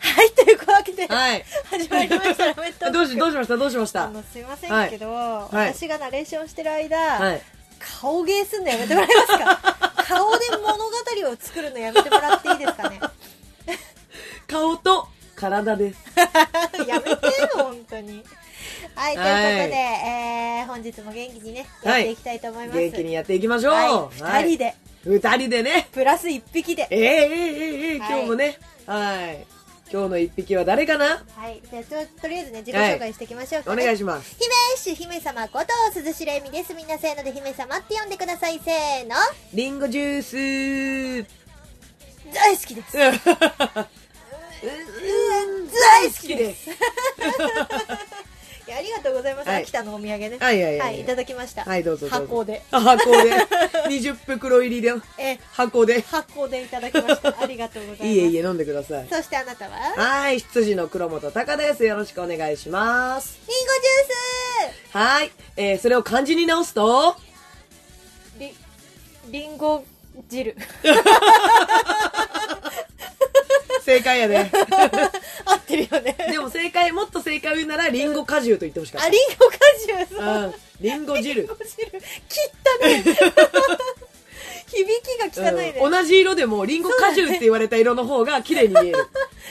はい、というわけで、 はい。始まりました、ラメット王国 どうし、どうしましたどうしましあたのすいませはんいけど、い私がナレーションしてる間、はい。顔芸すんのやめてもらえます か顔で物語を作るのやめてもらっていいです かね顔と体です。やめてよ本当にはいということで、はいえー本日も元気にねやっはいていきたいと思います、元気にやっていきましょう。はいは二い人で二人でね。プラス1匹でええええええ今はい日もね。はい。今日の一匹は誰かなはいじゃあちょとりあえずね自己紹介していきましょうか、おね願いします。姫主姫様こと鈴しれみですみんなせーので姫様って呼んでくださいせーのリンゴジュース。大好きですうん大好きですいやありがとうございます、はい秋田のお土産ねははいはいい、はいただきました、はい、どうぞどうぞ。箱であ。箱で。20袋入りで。え箱で。箱でいただきまし たありがとうございますいいえいいえ、飲んでください。そしてあなたはリンゴジューはい、羊の黒本隆です。よろしくお願いします。はい、えー、それを漢字に直 すと、スりリンゴ 汁正解やね。合ってるよね でも正解、もっと正解を言うなら、リンゴ果汁と言ってほしかっあリンゴ果汁そうた。うん、リンゴ汁リン。ゴ汁切 ったね響きが汚いね、うん同じ色でも、リンゴ果汁って言われた色の方が綺麗に見える。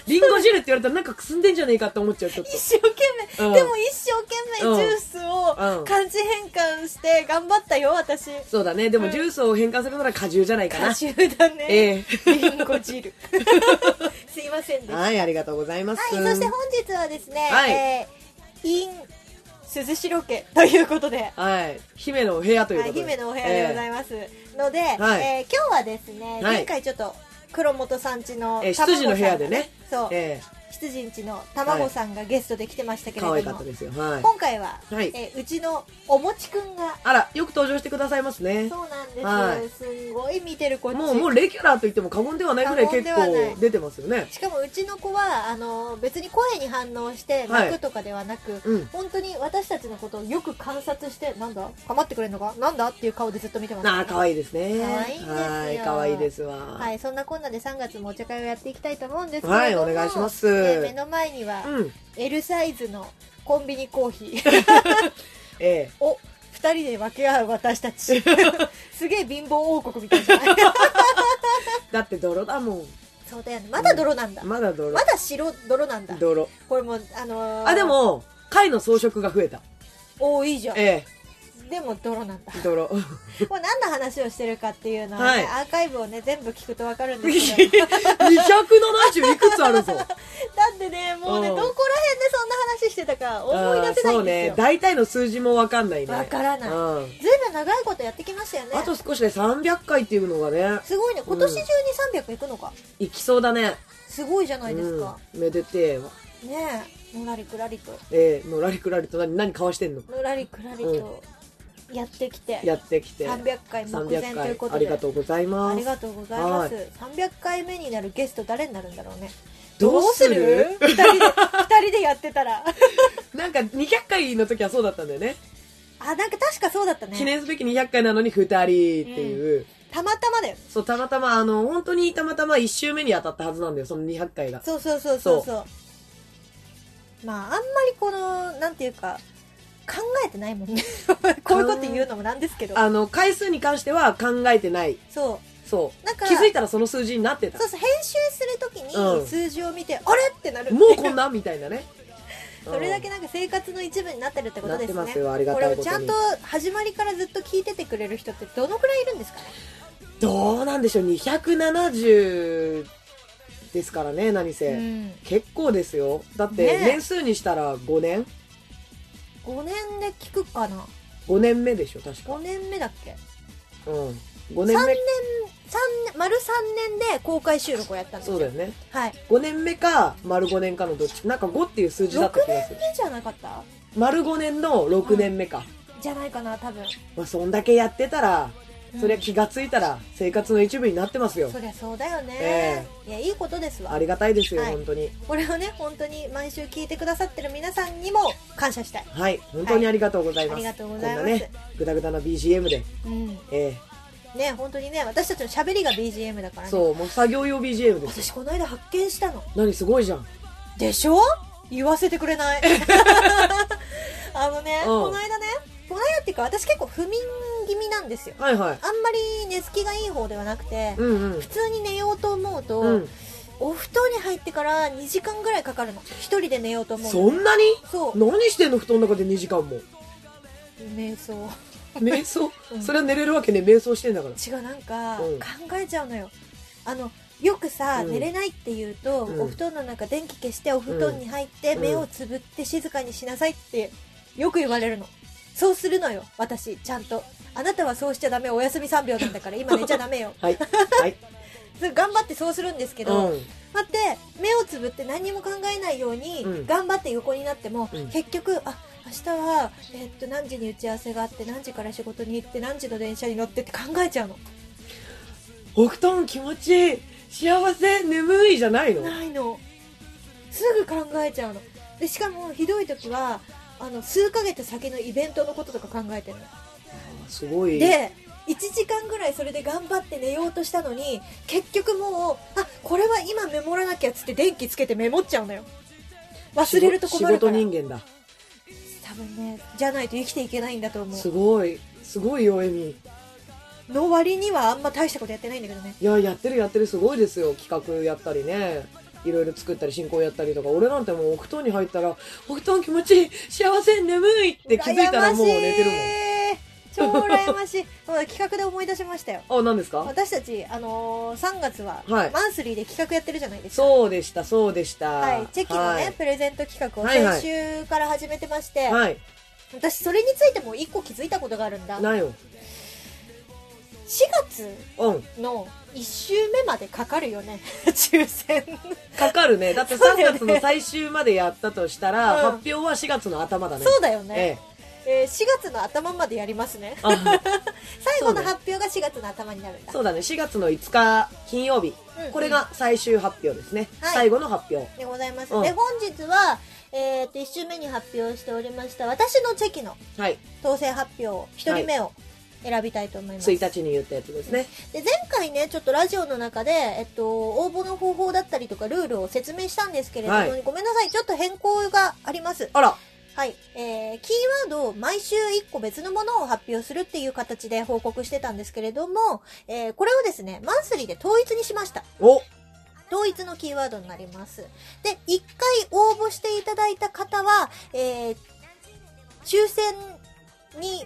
リンゴ汁って言われたらなんかくすんでんじゃねえかって思っちゃう、ちょっと一。生懸命、うんでも一生懸う命んジュースうをん漢字変換して頑張ったよ私そうだね。でうもんジュースを変換するなら果汁じゃないか果な。汁だね、えリンゴ 汁すいませんでしたはいはい、ありがとうございます。そして本日はですね、はいえー、イン鈴代家ということではい、姫のお部屋というはこい、とで。姫のお部屋でござえいます、ので、はいえー今日はですね、い前回ちょっと黒本さんちのえ卵ーさん羊の部屋でねそう、え羊んちの卵さんがゲストで来てましたけれえど可も、愛かったですよ。はい。今回は、はいえーうちのおもちくんがあら、よく登場してくださいますね。そうなんです、はいすんごい見てるこっちもう、もうレギュラーと言っても過言ではないぐらい過結言ではない構出てますよね。しかもうちの子はあの別に声に反応してはい泣くとかではなく、うん。本当に私たちのことをよく観察してなんだ構ってくれるのかなんだっていう顔でずっと見てます、ああ、可愛いですね。可愛いんですよはい、可愛いですわ。ははい。い、そんなこんなで3月もお茶会をやっていきたいと思うんですけれども、お願いしま、す。えー目の前にはうん。 L サイズのコンビニコーヒ ーええを2人で分け合う私た ちすげえ貧乏王国みたいじゃないだって泥だもん。そうだよねまだ泥なんだ、まだ泥ま。だ白泥なんだ泥。これもあのーあ、でも、貝の装飾が増えた。おーいいじゃんえでも泥なんだえ泥。 これ何の話をしてるかっていうのは、ねアーカイブをね全部聞くと分かるんですけど 270いくつあるぞ。だってねもうねうどんこら辺でそんな話してたか 思い出せないそうんですねよ。大体の数字もわかんないね。わからないうん。ずいぶん長いことやってきましたよねあと少しで300回っていうのがね、すごいね今年中に300いくのか、いきそうだね。すごいじゃないですか、うん、めでてえわ。ねえのらりくらりとえー、のらりくらりと何、何かわしてんののらりくらりとやってきて、やってきて。 300回目前というこ回。とあでりがとうございます。ありがとうございます、300回目になるゲスト誰になるんだろうねどうする2人で二人でやってたらなんか200回の時はそうだったんだよね。あなんか確かそうだった記ね念すべき200回なのに2人っていう。たまたまだよそう、たまたま、あの、本当にたまたま1周目に当たったはずなんだよ、その200回が。そうそうそうそうそうまああんまりこのなんていうか考えてないもんね こういうこと言うのもなんですけどあの、回数に関しては考えてない。そうそう。なんか気づいたらその数字になってたそう。そう編集するときうにん数字を見て、あれってなるもうこんなみたいなね。 それだけうんなんか生活の一部になってるってことなっでてすまねすよ、ありがこたれいをこちとゃんにと。始まりからずっと聞いててくれる人ってどのくらいいるんですかねどうなんでしょう、270ですからね、何せ。うん結構ですよ。だっねて、年数にしたら5年5年で聞くかな ?5 年目でしょ、確か5。年目だっけうん。5 3年年目三丸3年で公開収録をやったんですよ。そうだよね。はい。 5年目か、丸5年かのどっち。なんか5っていう数字だ6った気が年する。目じゃなかった丸5年の6年目か。じゃないかな、多分。まあ、そんだけやってたら、うんそりゃ気がついたら生活の一部になってますよ。そりゃそうだよねえ。いや、いいことですわあ。りがたいですよ、はい本当に。これをね、本当に毎週聞いてくださってる皆さんにも感謝したい。はい、本当にありがとうございます。ありがとうございますこんなね、ぐだぐだな BGM で、うん。えね、本当にね、私たちの喋りが BGM だかえらね。そう、もう作業用 BGM です。私、この間発見したの。何すごいじゃん。でしょ言わせてくれない。 あのね、うんこの間ね、この間っていうか、私結構不眠気味なんですよ。はいはい。あんまり寝つきがいい方ではなくて、うんうん普。通に寝ようと思うと、うん、お布団に入ってから2時間ぐらいかかるの。一人で寝ようと思うそんなにの。そう。何してんの布団の中で2時間も。瞑想。 瞑想、うんそれは寝れるわけね、瞑想してんだから。違うなんかうん考えちゃうのよ、あのよくさ、うん寝れないって言うと、うんお布団の中電気消してお布団に入って、うん目をつぶって静かにしなさいってよく言われるのそうするのよ私ちゃんとあなたはそうしちゃダメお休み3秒なんだから今寝ちゃダメ よはい。はい。そう頑張ってそうするんですけうど、ん。待って目をつぶって何にも考えないように、うん頑張って横になっても、うん結局あ明日は、えっと何時に打ち合わせがあって何時から仕事に行って何時の電車に乗ってって考えちゃうのお布団気持ちいい。幸せ、眠いじゃないの。ないのすぐ考えちゃうのでしかもひどい時はあの数ヶ月先のイベントのこととか考えてるのすごい。で1時間ぐらいそれで頑張って寝ようとしたのに結局もうあこれは今メモらなきゃっつって電気つけてメモっちゃうのよ忘れると困るから仕事人間だ。多分ねじゃないと生きていけないんだと思すうごい。すごいよ、エミ。の割にはあんま大したことやってないんだけどねいや、やってるやってるすごいですよ。企画やったりね。いろいろ作ったり進行やったりとか、俺なんてもうお布団に入ったら、お布団気持ちいい、幸せ、眠いって気づいたらもう寝てるもん超羨ましい ほら企画で思い出しましたよもん。あ、何ですか私たち、あのー3月ははいマンスリーで企画やってるじゃないですか、そうでした、そうでした。はい、チェキのね、プレゼント企画を先週から始めてまして、はい。はい。私それについても1個気づいたことがあるんだ4なよ。月うん。の1週目までかかるよね抽選か かるね。だって3そうだよね月の最終までやったとしたうら、ん発表は4月の頭だね。そうだよね、ええ。えー4月の頭までやりますねあ最後のそう ね発表が4月の頭になるんだそうだね。4月の5日金曜日うん。これが最終発表ですね。はい最後の発表。でございます、うんで本日は、えー、と1週目に発表しておりました私のチェキのはい。当選発表を1人目を選びたいと思います、 1日に言ったやつですね。で前回ねちょっとラジオの中で、えっと、応募の方法だったりとかルールを説明したんですけれども、はいごめんなさいちょっと変更がありますあら。はい、えー、キーワードを毎週1個別のものを発表するっていう形で報告してたんですけれども、えーこれをですねマンスリーで統一にしましたお統一のキーワードになりますで1回応募していただいた方は、えー抽選に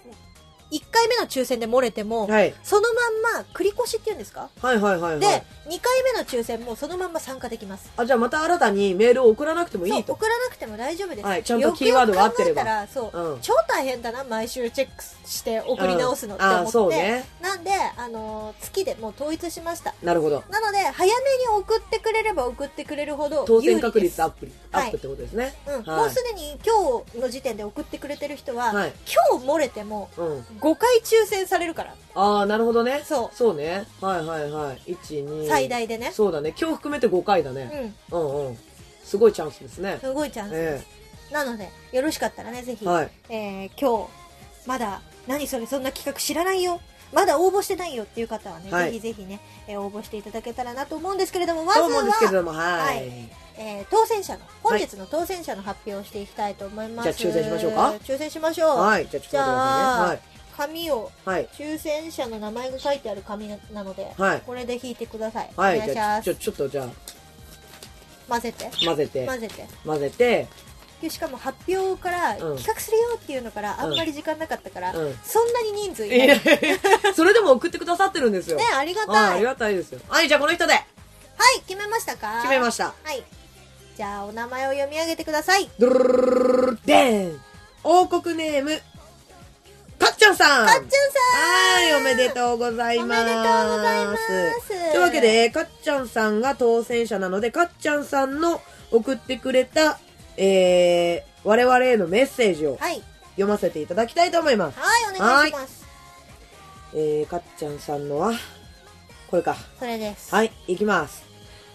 1回目の抽選で漏れても、はい。そのまんま繰り越しっていうんですかはいはいはいで、はい。 2回目の抽選もそのまんま参加できます。あ、じゃあまた新たにメールを送らなくてもいいそうと。送らなくても大丈夫です。はいちゃんとキーワードが合ってればよくよく考えたらそう、うん超大変だな、毎週チェックして送り直すのってうん思って。あ、そうね。なんで、あのー月でもう統一しました。なるほど。なので、早めに送ってくれれば送ってくれるほど当有利です。選確率アップリ、アはいップってことですね。うん、もはういす。でに今日の時点で送ってくれてる人は、はい。今日漏れてもうん。 5回抽選されるから、ああ、なるほどね。そうそうね。はいはいはい。1、2。最大でね。そうだね。今日含めて5回だね。うん、うんうん。すごいチャンスですね。すごいチャンスでえす。なので、よろしかったらね、ぜえひ、はい。えー今日まだ何それそんな企画知らないよまだ応募してないよっていう方はね、はぜいひぜひね、えー応募していただけたらなと思うんですけれどもまずと思うんですけれは、ども、はい。はいえー当選者の本日の当選者の発表をしていきたいと思います、じゃあ抽選しましょうか抽選しましょう、はい。じゃあ、ちょっと待ってくじだゃあ、さいね。紙をはい。抽選者の名前が書いてある紙ななので、はいこれで引いてください、はい。お願はいい。しじゃあ、まちょ、すちょっとじゃあ、混ぜて混ぜて、混ぜて混ぜて、でしかも発表からうん企画するよっていうのからあんまり時間なかったから、うんそんなに人数いいない、やねそれでも送ってくださってるんですよ。ありがはい。たあいりがたいですよ。はい、じゃあこの人ではい、決めましたか決めました。はい。じゃあ、お名前を読み上げてください。ドゥルルルルルルルルルルルルルルルル王国ネーム、かっちゃんさんかっちゃんはい、おめでとうございおめます。でとうございます。とというわけ、で、かっちゃんさんが当選者なので、かっちゃんさんの送ってくれた、えー、我々へのメッセージをはい。読ませていただきたいと思います。はい、お願いします。えー、かっちゃんさんのは、これか。それです。はい、いきます。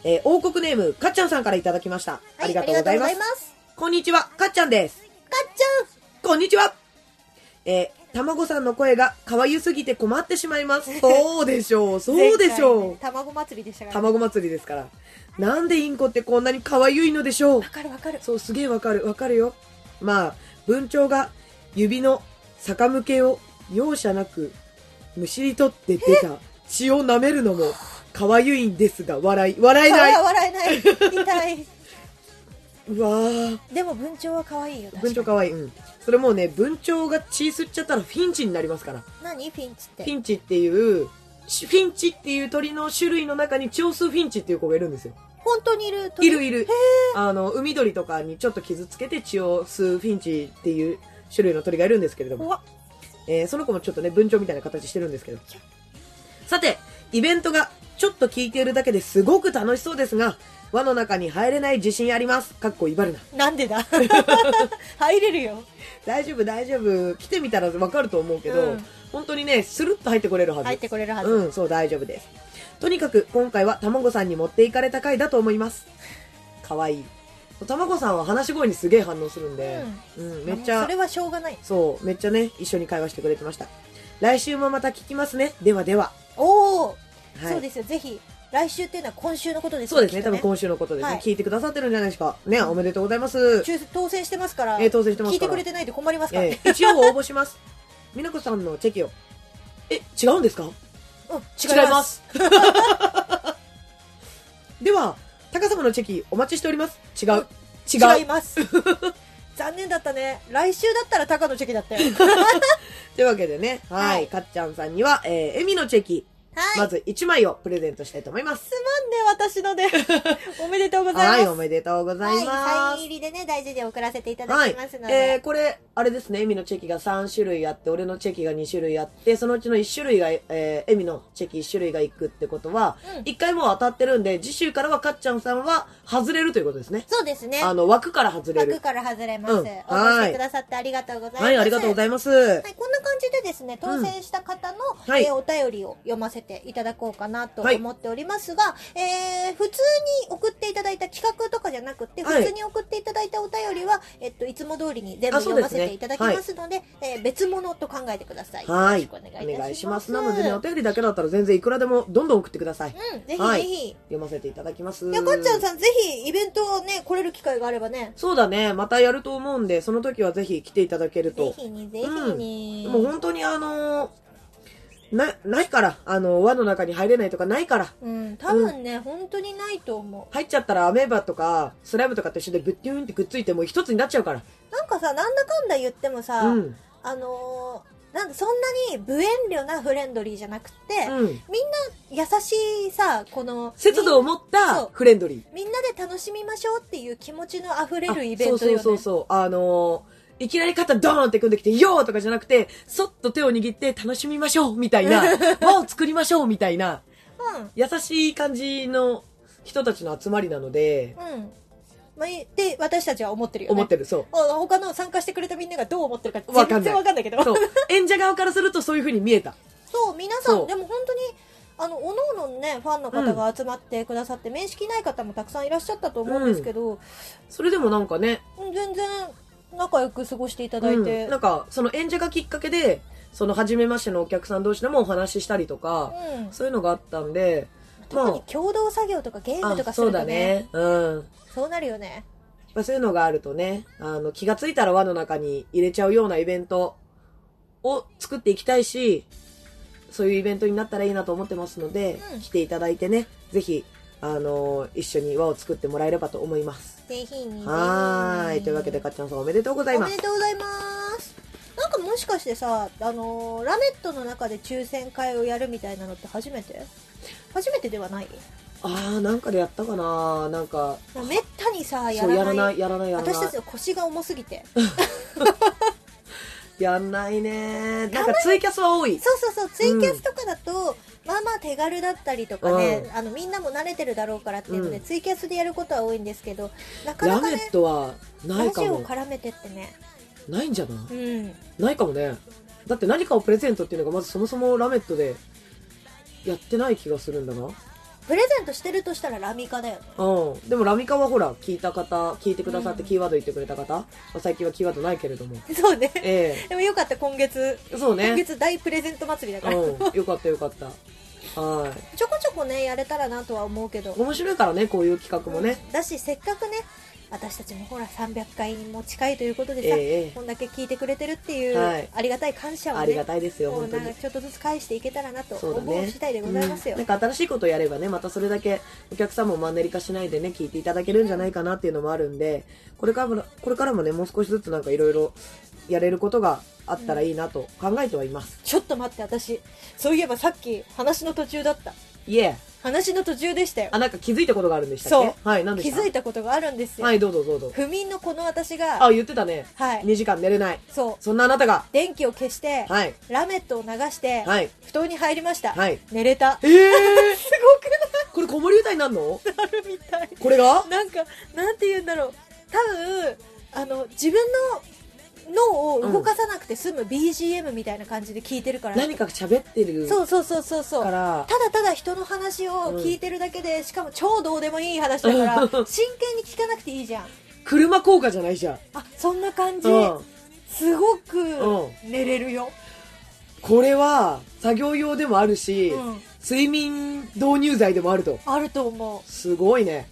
えー、王国ネーム、かっちゃんさんからいただきました。はい。ありがとうございまありが。とうござすいますこんにちは、かっちゃんです。かっちこんにちは。えー、たまごさんの声が可愛すぎて困ってしまい ます。そうでしょう、ゃんそうでしょう。卵祭りでしたから。卵祭りですから。なんでインコってこんなに可愛いのでしょうわ。かるわかる。そう、すげえわかる、わかるよ。まあ、文鳥が指の逆向けを容赦なく、むしり取って出た血を舐めるのも可愛いんですが、笑い、笑えない。笑えない。痛い。うわー。でも文鳥は可愛いよ。確か文に鳥可愛い。うん。それもうね、文鳥が血吸っちゃったらフィンチになりますから。何フィンチって。フィンチっていう、しフィンチっていう鳥の種類の中に鳥数フィンチっていう子がいるんですよ。本当にいる鳥いるいる。あの、海鳥とかにちょっと傷つけて血を吸うフィンチっていう種類の鳥がいるんですけれども。怖っえーその子もちょっとね、文鳥みたいな形してるんですけど。さて、イベントがちょっと聞いているだけですごく楽しそうですが、輪の中に入れない自信あります。かっこいばるな。なん でだ入れるよ。大丈夫、大丈夫。来てみたらわかると思うけど、うん本当にね、スルッと入ってこれるはず。入ってこれるはず。うん、そう、大丈夫です。とにかく、今回はたまごさんに持っていかれた回だと思います。かわいい。たまごさんは話し声にすげえ反応するんで、うん、めっちまあもうゃそれ、はしょうがない。そう、めっちゃね、一緒に会話してくれてました。来週もまた聞きますね。ではでは。おお、はい、そうですよ。ぜひ、来週っていうのは今週のことですそうよですね。きっと多分今週のことですね、はい聞いてくださってるんじゃないですか。ね、おめでとうござい ます。抽選当選してますから、えー当選してま聞すいかてらくれてないと困りますからねえ。ー一応応募します。みなこさんのチェキを。え、違うんですかうん、違違いま。す。 では、高様のチェキお待ちしております。違う。違う。違い ます。残念だったね。来週だったら高のチェキだ ったよ。というわけでね、はい。はいかっちゃんさんには、えー、エミのチェキ、はい。まず1枚をプレゼントしたいと思います。私の で、おめでとうござはいい、まおす。めでとうございます。サイン入りでね、大事で送らせていただはきいますの。で。えー、これ、あれですね、エミのチェキが3種類あって、俺のチェキが2種類あって、そのうちの1種類が、えー、エミのチェキ1種類がいくってことは、うん一1回もう当たってるんで、次週からはかっちゃんさんは外れるということですね。そうですね。あの、枠から外れ枠る。から外れます。うん応募してくださってありがとうございます。はい、ありがとうございます。はい、こんな感じでですね、当選した方の、うんはいえーお便りを読ませていただこうかなとはい思っておりますが、えー普通に送っていただいた企画とかじゃなくて、はい普通に送っていただいたお便りは、えっと、いつも通りに全部あそう読でますねせていただきますので、えー別物と考えてください。はいよろしくお願いいお願たいししま。ますす。なのでね、お便りだけだったら全然いくらでもどんどん送ってください。うん、ぜひぜひ。はいい読ませていただきます。や、かっちゃんさん、ぜひ、イベントをね、来れる機会があればね、そうだね、またやると思うんで、その時はぜひ来ていただけるぜと。ひに、ぜひに。でも本当にあのーな、ないから、あの、輪の中に入れないとかないから、うん、多分ね、本当にないと思入っちゃったらアメーバとか、スライムとかと一緒でブッテューンってくっついてもう一つになっちゃうから。う。なんかさ、なんだかんだ言ってもさ、うん。あのーなんだそんなに無遠慮なフレンドリーじゃなくて、うん。優しいさこの節度をみ持っそたうフレンドリー。みんなで楽しみましょうっていう気持ちのあふれるイあベそンうトよそねうそうそう。あのーいきなり肩ドーンって組んできて、よーとかじゃなくて、そっと手を握って楽しみましょうみた いな、輪を作りましょうみたいな、うん優しい感じの人たちの集まりなので、うん、まあ、いって私たちは思ってるよね思ってる、そう。あ他の参加してくれたみんながどう思ってるかわか全んない然わかんないけどそそうう。演者側からするとそういう風に見えた。皆さそんうでも本当にあのおのおのねファンの方が集まってくださって、面識ない方もたくさんいらっしゃったと思うんですけど、それでもなんかね、全然仲良く過ごしていただいて、うんなんか、その演者がきっかけで、その初めましてのお客さん同士でもお話ししたりとか、うんそういうのがあったんで、特に共同作業とかゲームとかあ、すそるうとだねね。うん。そうなるよね。まあそういうのがあるとね、あの、気がついたら輪の中に入れちゃうようなイベントを作っていきたいし、そういうイベントになったらいいなと思ってますので、うん来ていただいてね、ぜひ、あの一緒に輪を作ってもらえればと思います。ぜひに。はーい。というわけで、かっちゃんさんおめでとうございおまめすで。とうございます。なんかもしかしてさ、あのーラメットの中で抽選会をやるみたいなのって初めて初めてではないああ、なんかでやったかななんか、めったにさ、やそう、らやならい。ない、やらない、やらない。私たちの腰が重すぎて。やんないねなんかツイキャスは多い。そうそうそう、ツイキャスとかだと、まあまあ手軽だったりとかね、あの、みんなも慣れてるだろうからっていうので、うんツイキャスでやることは多いんですけど、なかラなかメねッ、トはなラいかジオをも。絡めてってね、ないんじゃないうん。ないかもね。だって何かをプレゼントっていうのがまずそもそもラメットでやってない気がするんだな。プレゼントしてるとしたらラミカだ よね。うん。でもラミカはほら、聞いた方、聞いてくださってうんキーワード言ってくれた方、まあ最近はキーワードないけれども。そうね。えでもよかった、今月。えそう今ね。月大プレゼント祭りだから。うん。よかったよかった。はちょこちょこね、やれたらなとは思うけどい。。面白いからね、こういう企画もね。だし、せっかくね、私たちもほら300回にも近いということでさ、ええこんだけ聞いてくれてるっていう、はいありがたい感謝をね、ありがたいですよ、もう本当なんにか。ちょっとずつ返していけたらなとそうだ思うね。次第でございますよ。うんなんか新しいことをやればね、またそれだけお客さんもマンネリ化しないでね、聞いていただけるんじゃないかなっていうのもあるんで、これからも、これからもね、もう少しずつなんかいろいろやれることがあったらいいなと考えてはいます。ちょっと待って、私、そういえばさっき話の途中だった。いえ、話の途中でしたよあ、。なんか気づいたことがあるんでしたっけそはい、なんで気したづいたことがあるんですよ。はい、どうぞどうぞ。不眠のこの私が、あ、言ってたね。はい、 2時間寝れない。そう、そんなあなたが、電気を消して、はい、ラメットを流して、はい、布団に入りました。はい。寝れた。えすえごくなー、これ子守歌になんのるみたい。これ がなんか、なんて言うんだろう。多分、あの、自分の脳を動かさなくて済む BGM みたいな感じで聞いてるから。何か喋ってるそうそうそうそうそう。から、ただただ人の話を聞いてるだけで、しかも超どうでもいい話だから、うん真剣に聞かなくていいじゃん。車効果じゃないじゃん。あ、そんな感じ。うん。すごうく寝れるよ。これは作業用でもあるし、うん睡眠導入剤でもあるとあると思う。すごいね、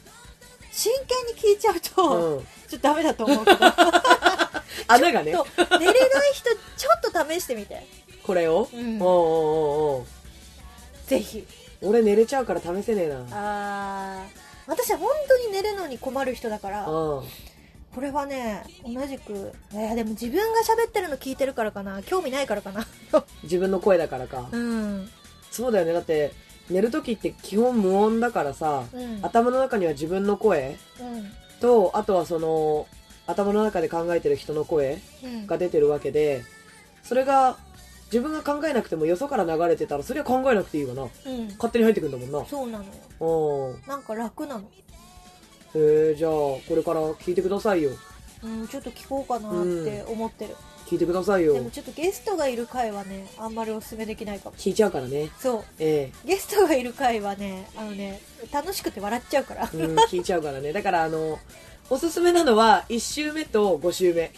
真剣に聞いちゃううと、ん、ちょっとダメだと思うけど。 ちょっ穴がねと、寝れない人、ちょっと試してみて。これを、ううんん、おうおうおうぜひ。俺寝れちゃうから試せねえなあー。私は本当に寝るのに困る人だから、うんこれはね、同じく、いや、でも自分が喋ってるの聞いてるからかな、興味ないからかな。 自分の声だからか、うん。そうだよねだって寝る時って基本無音だからさ、うん。頭の中には自分の声うん。とあとはその頭の中で考えてる人の声うんが出てるわけでそれが自分が考えなくてもよそから流れてたらそれは考えなくていいわなうん、勝手に入ってくんだもんなそうなのようん。なんか楽なの、えー、じゃあ、これから聞いてくださいよ。うん、ちょっと聞こうかなって思ってる、聞いてくださいよで。もちょっとゲストがいる回はねあんまりおすすめできないかも聞いちゃうからね。そえうゲストがいる回はねあのね楽しくて笑っ ちゃうからえうん、聞いちゃうからね。だから、あの、おすすめなのは、1週目と5週 目。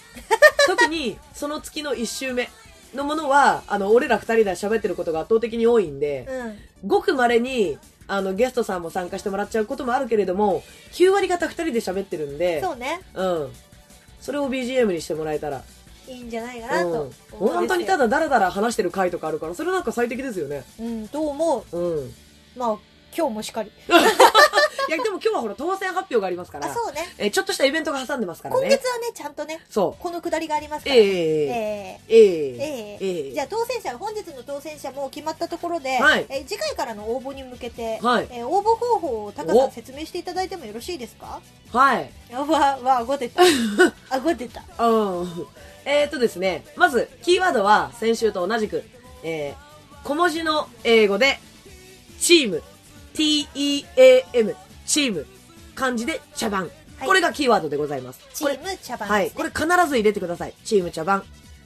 特に、その月の1週目のものは、あの、俺ら2人で喋ってることが圧倒的に多いんで、うんごく稀に、あの、ゲストさんも参加してもらっちゃうこともあるけれども、9割方2人で喋ってるんで、そうねうん。それを BGM にしてもらえたら。いいんじゃないかなと思ううんんです。よ本当にただダラダラ話してる回とかあるから、それなんか最適ですよね。うんどう思 うん。うまあ今日もしかりいや、でも今日はほら、当選発表がありますかあら、そうねえーちょっとしたイベントが挟んでますから今ね。月はねちゃんとねそこのくだりがありますう。から、ええええええええええじゃあ当選者本日の当選者も決まったところで、はいえー次回からの応募に向けて、はいえー応募方法をタカさんお説明していただいてもよろしいですか はい。あわわ顎 出た顎出たうん。えー、とですね、まず、キーワードは先週と同じく、えー、小文字の英語で、チーム、T-E-A-M、チーム、漢字で茶番。はいこれがキーワードでございます。チこれーム茶番はい。ですこねれ必ず入れてください。チーム茶番。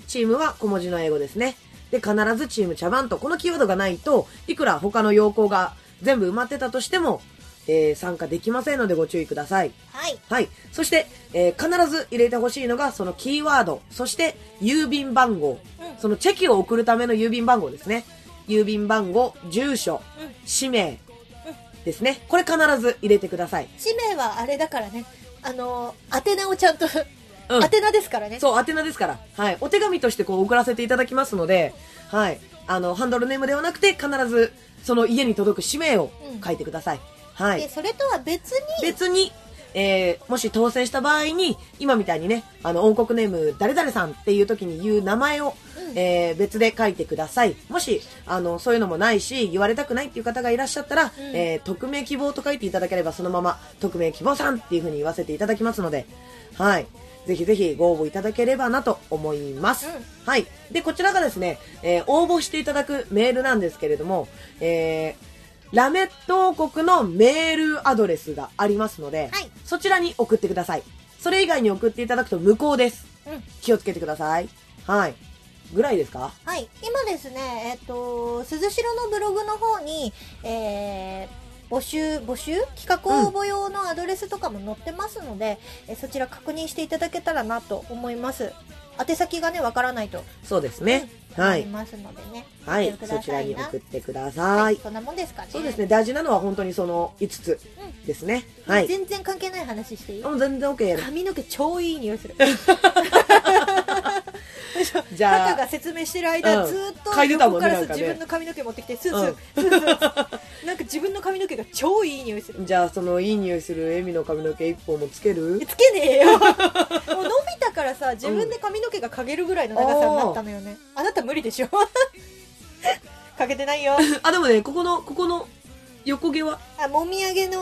チームは小文字の英語ですね。で、必ずチーム茶番と、このキーワードがないと、いくら他の要項が全部埋まってたとしても、えー参加できませんのでご注意ください。はいはい。そして、えー必ず入れてほしいのが、そのキーワード、そして、郵便番号。うんそのチェキを送るための郵便番号ですね。郵便番号、住所、うん氏名うんですね。これ必ず入れてください。氏名はあれだからねあのー宛名をちゃんと、う ん宛名ですからねそう、宛名ですから。はい。お手紙としてこう送らせていただきますので、はい。あの、ハンドルネームではなくて、必ず、その家に届く氏名をうん書いてください。はでい。それとは別に別に、えー、もし当選した場合に、今みたいにね、あの、王国ネーム、誰々さんっていう時に言う名前を、うんえー、別で書いてください。もし、あの、そういうのもないし、言われたくないっていう方がいらっしゃったら、うんえー、匿名希望と書いていただければ、そのまま、匿名希望さんっていうふうに言わせていただきますので、はい。ぜひぜひご応募いただければなと思います。はい。で、こちらがですね、えー応募していただくメールなんですけれども、えーラメット王国のメールアドレスがありますので、はいそちらに送ってください。それ以外に送っていただくと無効です。うん気をつけてください。はい。ぐらいですかはい、今ですね、えっと、鈴代のブログの方に、えー募集、募集企画応募用のアドレスとかも載ってますので、えそちら確認していただけたらなと思います。宛先がね、わからないとそうですね。は思いい。ますのでね。はい送ってく。ださいそなちらに送ってくだはさい、い。そんなもんですかね。そうですね。大事なのは本当にその5つですね。はい。全然関係ない話していいもう全然 OK です。髪の毛超いい匂いする。じタカゃあが、説明してる間、うんずーっと嗅いでたも横んかねらなんかね自分の髪の毛持ってきて、スースうーん、スースー。なんか自分の髪の毛が超いい匂いする。じゃあそのいい匂いするエミの髪の毛1本もつけるつけねえ よもう伸びたからさ自分で髪の毛がかげるぐらいの長さになったのよねあなた無理でしょ かけてない よあ、でもね、ここの、ここの横毛は、あもみあげの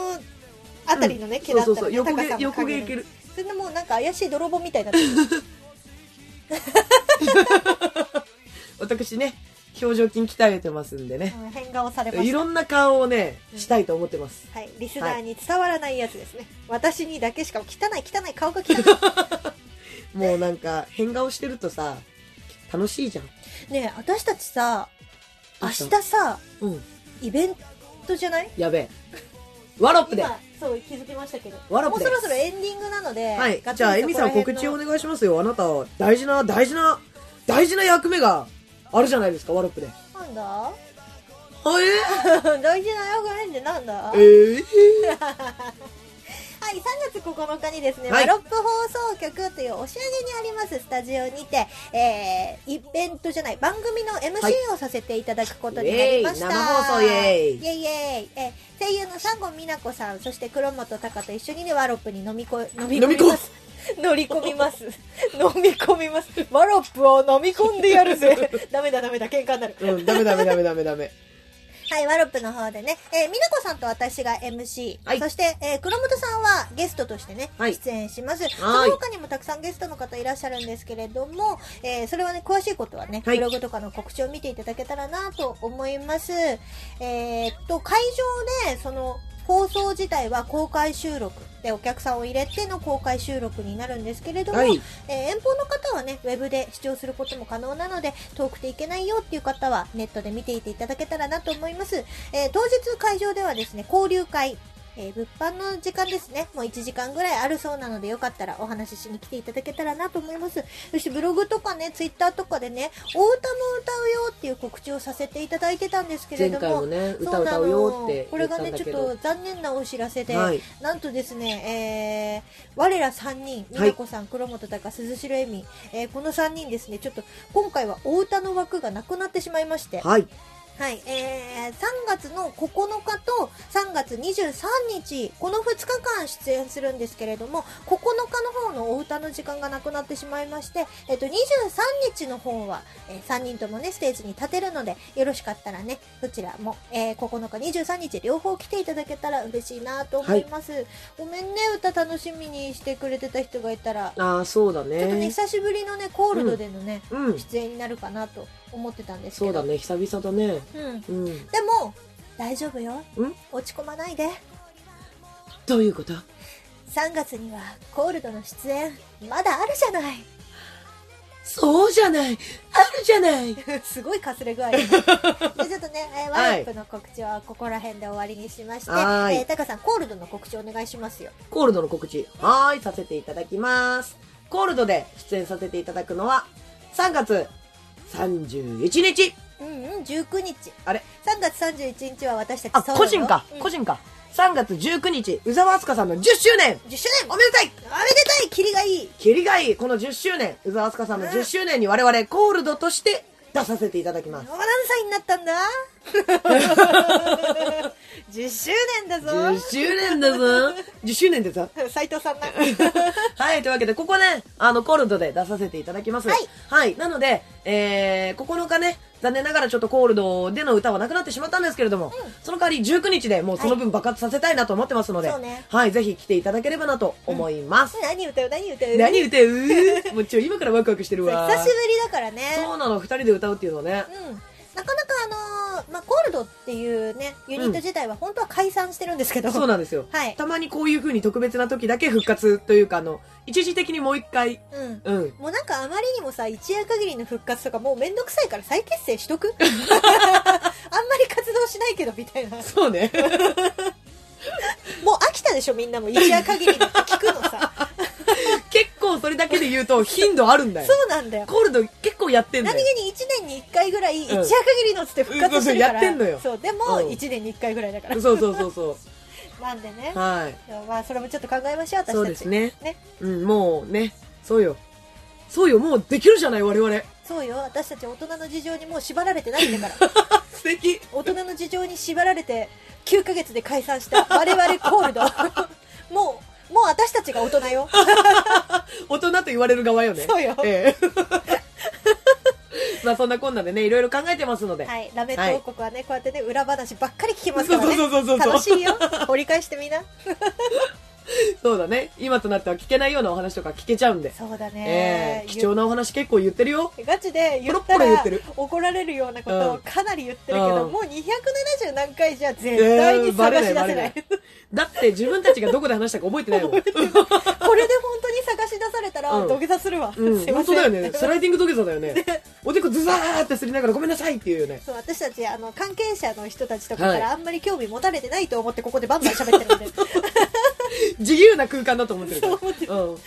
あたりのね、毛だそっうたそうりそう、横毛、横毛いけるる。それでもうなんか怪しい泥棒みたいになって る私ね、表情筋鍛えてますんでね。うん変顔されまいしたろんな顔をね、したいと思ってます。はい、リスナーに伝わらないやつですね、私にだけしかも汚い汚い顔が汚いもうなんか、変顔してるとさ、楽しいじゃん。ねえ私たちさ明日どうさしたうん。イベントじゃないやべえ。ワロップで。今そう気づきましたけどワロッもうプでそろそろエンディングなので、はいガ。ツじンゃあ、とエミさんこの告辺の知をお願いしますよ。あなた、大事な、大事な、大事な役目があるじゃないですか、ワロップで。なんだ はい。大事な役目ってなんだはえい、3ー、月9日にですね、はいワロップ放送局というおしゃれにありますスタジオにて、えー、イベントじゃない、番組の MC をさせていただくことになりました。イエーイ生放送イエーイイエイイエイえー声優のサンゴ美奈子さん、そして黒本隆と一緒にね、ワロップに飲みこ、飲み込みます。 乗り込みます。飲み込みます。ワロップを飲み込んでやる ぜ。ダメだダメだ、喧嘩になる。うん、ダメダメダメダメ ダメ。はい、ワロップの方でね、えー、みなこさんと私が MC、はいそして、えー、黒本さんはゲストとしてね、はい出演します。そはのい他にもたくさんゲストの方いらっしゃるんですけれども、えー、それはね、詳しいことはね、はいブログとかの告知を見ていただけたらなと思います。えーっと、会場で、その、放送自体は公開収録でお客さんを入れての公開収録になるんですけれども、はい。えー遠方の方はね、ウェブで視聴することも可能なので、遠くて行けないよっていう方は、ネットで見ていていただけたらなと思います。えー当日会場ではですね、交流会、えー物販の時間ですね、もう1時間ぐらいあるそうなので、よかったらお話ししに来ていただけたらなと思います。そしてブログとかね、ツイッターとかでね、お歌も歌うよっていう告知をさせていただいてたんですけれど前回もも、ね、そう歌歌うよってこ言れったがんね、だちけょっどと。残念なお知らせで、はい。なんとですね、えー、我ら3人、美奈子さん、黒本隆、鈴代恵美、えーこの3人ですね、ちょっと今回はお歌の枠がなくなってしまいまして、ははい。い、えー、3月の9日と3月23日、この2日間出演するんですけれども、9日の方のお歌の時間がなくなってしまいまして、えっ、と、23日の方は、え3人ともね、ステージに立てるので、よろしかったらね、どちらも、えー9日、23日、両方来ていただけたら嬉しいなと思います。ごめんね、歌楽しみにしてくれてた人がいたら、ああ、そうだちょっとね、ね。久しぶりのね、コールドでのね、うん。出演になるかなと思ってたんですそけうど。だね、久々だね。うん。でうん。も、大丈夫ようん。落ち込まないで。どういうこと3月には、コールドの出演、まだあるじゃない。 そうじゃないあるじゃないすごいかすれ具 合でちょっとね、えーワはいイプの告知はここら辺で終わりにしまして、はいえータカさん、コールドの告知お願いしますよ。コールドの告知、はーい、させていただきます。コールドで出演させていただくのは、3月31日うんうん、19日。あれ ?3 月31日は私たちあ、ソロの個人か、うん個人か。3月19日、宇沢明日香さんの10周年10周年おおめめでたいでたいキリがいいキリがいいこの10周年、宇沢明日香さんの10周年に我々コールドとして出させていただきまあす。何歳になったん だ ?10 周年だ10ぞ周年だ ぞ !10 周年でさ。 斉藤 さんな。はい、というわけで、ここね、あの、コールドで出させていただきます。はい。なので、えー、9日ね、残念ながらちょっとコールドでの歌はなくなってしまったんですけれども、その代わり19日でもうその分爆発させたいなと思ってますので、そはうい、ねぜひ来ていただければなと思います。何歌う何歌う何歌う もうちょ、今からワクワクしてるそうわ。久しぶりだからねそうなの、二人で歌うっていうのね。うんなかなかあのーまあ、コールドっていうねユニット自体は本当は解散してるんですけど、そうなんですよ。はい、たまにこういう風に特別な時だけ復活というか、あの、一時的にもう一回、うん、うん。もうなんかあまりにもさ一夜限りの復活とかもうめんどくさいから再結成し とくあんまり活動しないけどみたいなもうそ うね。飽きたでしょみんなも一夜限りのって聞くのさ結構それだけで言うと頻度あるんだよそ。うなんだよコールド結構やってんだ何よ気。に1年に1回ぐらい一夜うん限りのっつって復活してるから、うんそうそうやってんのよそうでもうん1年に1回ぐらいだからそうそうそうそ なんでね う。はい。まあそれもちょっと考えましょう私たちそうですね。ねうん、もうね、そうよ。そうよ、もうできるじゃない、我々。そうよ私たち大人の事情にもう縛られてないんだ から素敵。大人の事情に縛られて9ヶ月で解散した我々コ ールドもうもう私たちが大人よ大人と言われる側よね。そうよえ えまあそんなこんなでね、いろいろ考えてますので。はいラメット王国はね、こうやってね裏話ばっかり聞きますからねそうそうそうそうそう楽しいよ折り返してみなそうだね。今となっては聞けないようなお話とか聞けちゃうんで。そうだねえ、え貴重なお話結構言ってるよ。ガチで言ったポロポロ言らってる怒られるようなことうをんかなり言ってるけど、うんもう270何回じゃ絶対に探し出せない,、ええだって自分たちがどこで話したか覚えてないもん。 これで本当に探し出されたらうん土下座するわ、うん、すいま 本せ当んだよね。スライディング土下座だよね。おでこズザーってすりながらごめんなさいっていうよ ね。そう私たちあの関係者の人たちとかかはいらあんまり興味持たれてないと思ってここでバンバン喋ってるんで 自由な空間だと思ってるから。 そう思ってうん。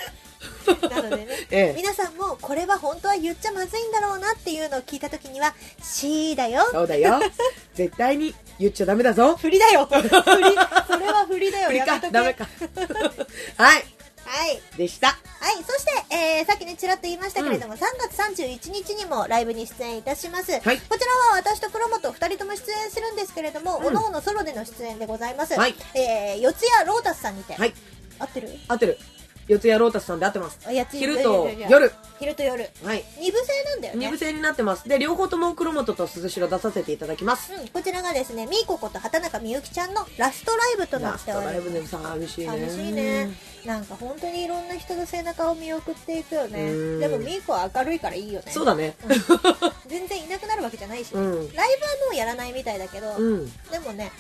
なのでね、ええ皆さんもこれは本当は言っちゃまずいんだろうなっていうのを聞いた時には「しーだよ」そうだよ。絶対に言っちゃダメだぞ。振りだよ振りそれは振りだよ振りやかめと、けダメか。 はい、はいでした。はい、そして、えーさっきね、ちらっと言いましたけれども、3月31日にもライブに出演いたします。はいこちらは私と黒本2人とも出演するんですけれども、うんおのおのソロでの出演でございます。はいえー四谷ロータスさんにて、はい、合ってる合ってる。四谷ロータスさんで合ってます。あいや違う昼と違う違う違う夜。昼と夜。はい。二部制なんだよね。二部制になってます。で、両方とも黒本と鈴代出させていただきます。うん、こちらがですね、みーここと畑中みゆきちゃんのラストライブとなラっスてトおりまラす。イブで寂しいね。寂しいね。なんか本当にいろんな人の背中を見送っていくよねうんでもみーこは明るいからいいよねそうだね。全然いなくなるわけじゃないし、うん。ライブはもうやらないみたいだけど、うん。でもね、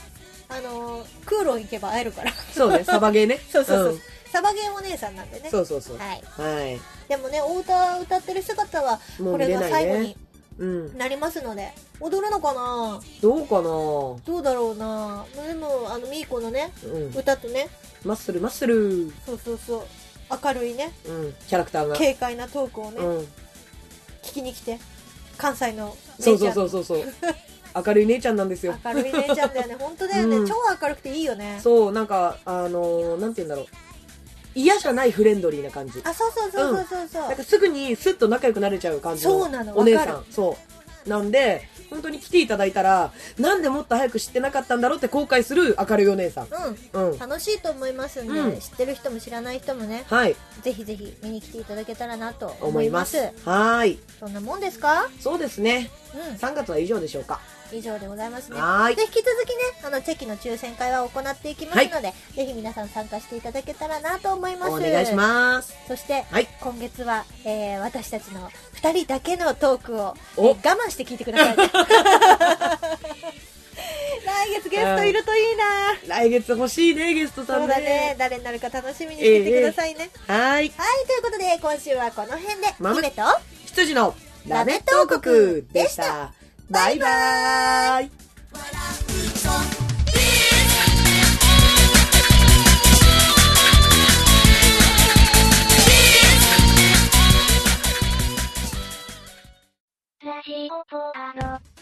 あのー、空路行けば会えるから。 そうね、サバゲーね。そうそうそう。サバゲーお姉さんなんでね。そうそうそう。はい。はい。でもね、お歌歌ってる姿は、こもう見れれがない最後ねに。うん。なりますので、踊るのかなどうかなどうだろうなでも、あの、みーこのね、うん。歌とね、マッスル、マッスル。うん。そうそうそう、明るいね、キャラクターが。軽快なトークをね、うん。聞きに来て、関西のそ姉うちそゃ。うんそうそうそう。 明るい姉ちゃんなんですよ。明るい姉ちゃんだよね、本当だよね、うん超明るくていいよね。そう、なんか、あのー、なんて言うんだろう。嫌じゃないフレンドリーな感じ。あ、そうそうそうそうそうそう。なんかすぐにスッと仲良くなれちゃう感じのそうなのお姉わかさん。そう。なんで、本当に来ていただいたら、なんでもっと早く知ってなかったんだろうって後悔する明るいお姉さん。うん、うん。楽しいと思いますんで、うん知ってる人も知らない人もねはい、ぜひぜひ見に来ていただけたらなと思思いいまますす。はーい。そんなもんですかそうですね。う3月は以上でしょうか。ん以上でございますねはーいで引き続きねあのチェキの抽選会は行っていきますので、ぜひ皆さん参加していただけたらなと思いますお願いします。そして、はい今月は、えー私たちの2人だけのトークを、えーお我慢して聞いてくだ さいね来月ゲストいるといいな、来月欲しいね、ゲストさそうんだね。誰になるか楽しみにしててくださいね、はーい。はい、ということで、今週はこの辺で、まむ姫と、羊のラメット王国でした。バイバーイ。ラジオポアド。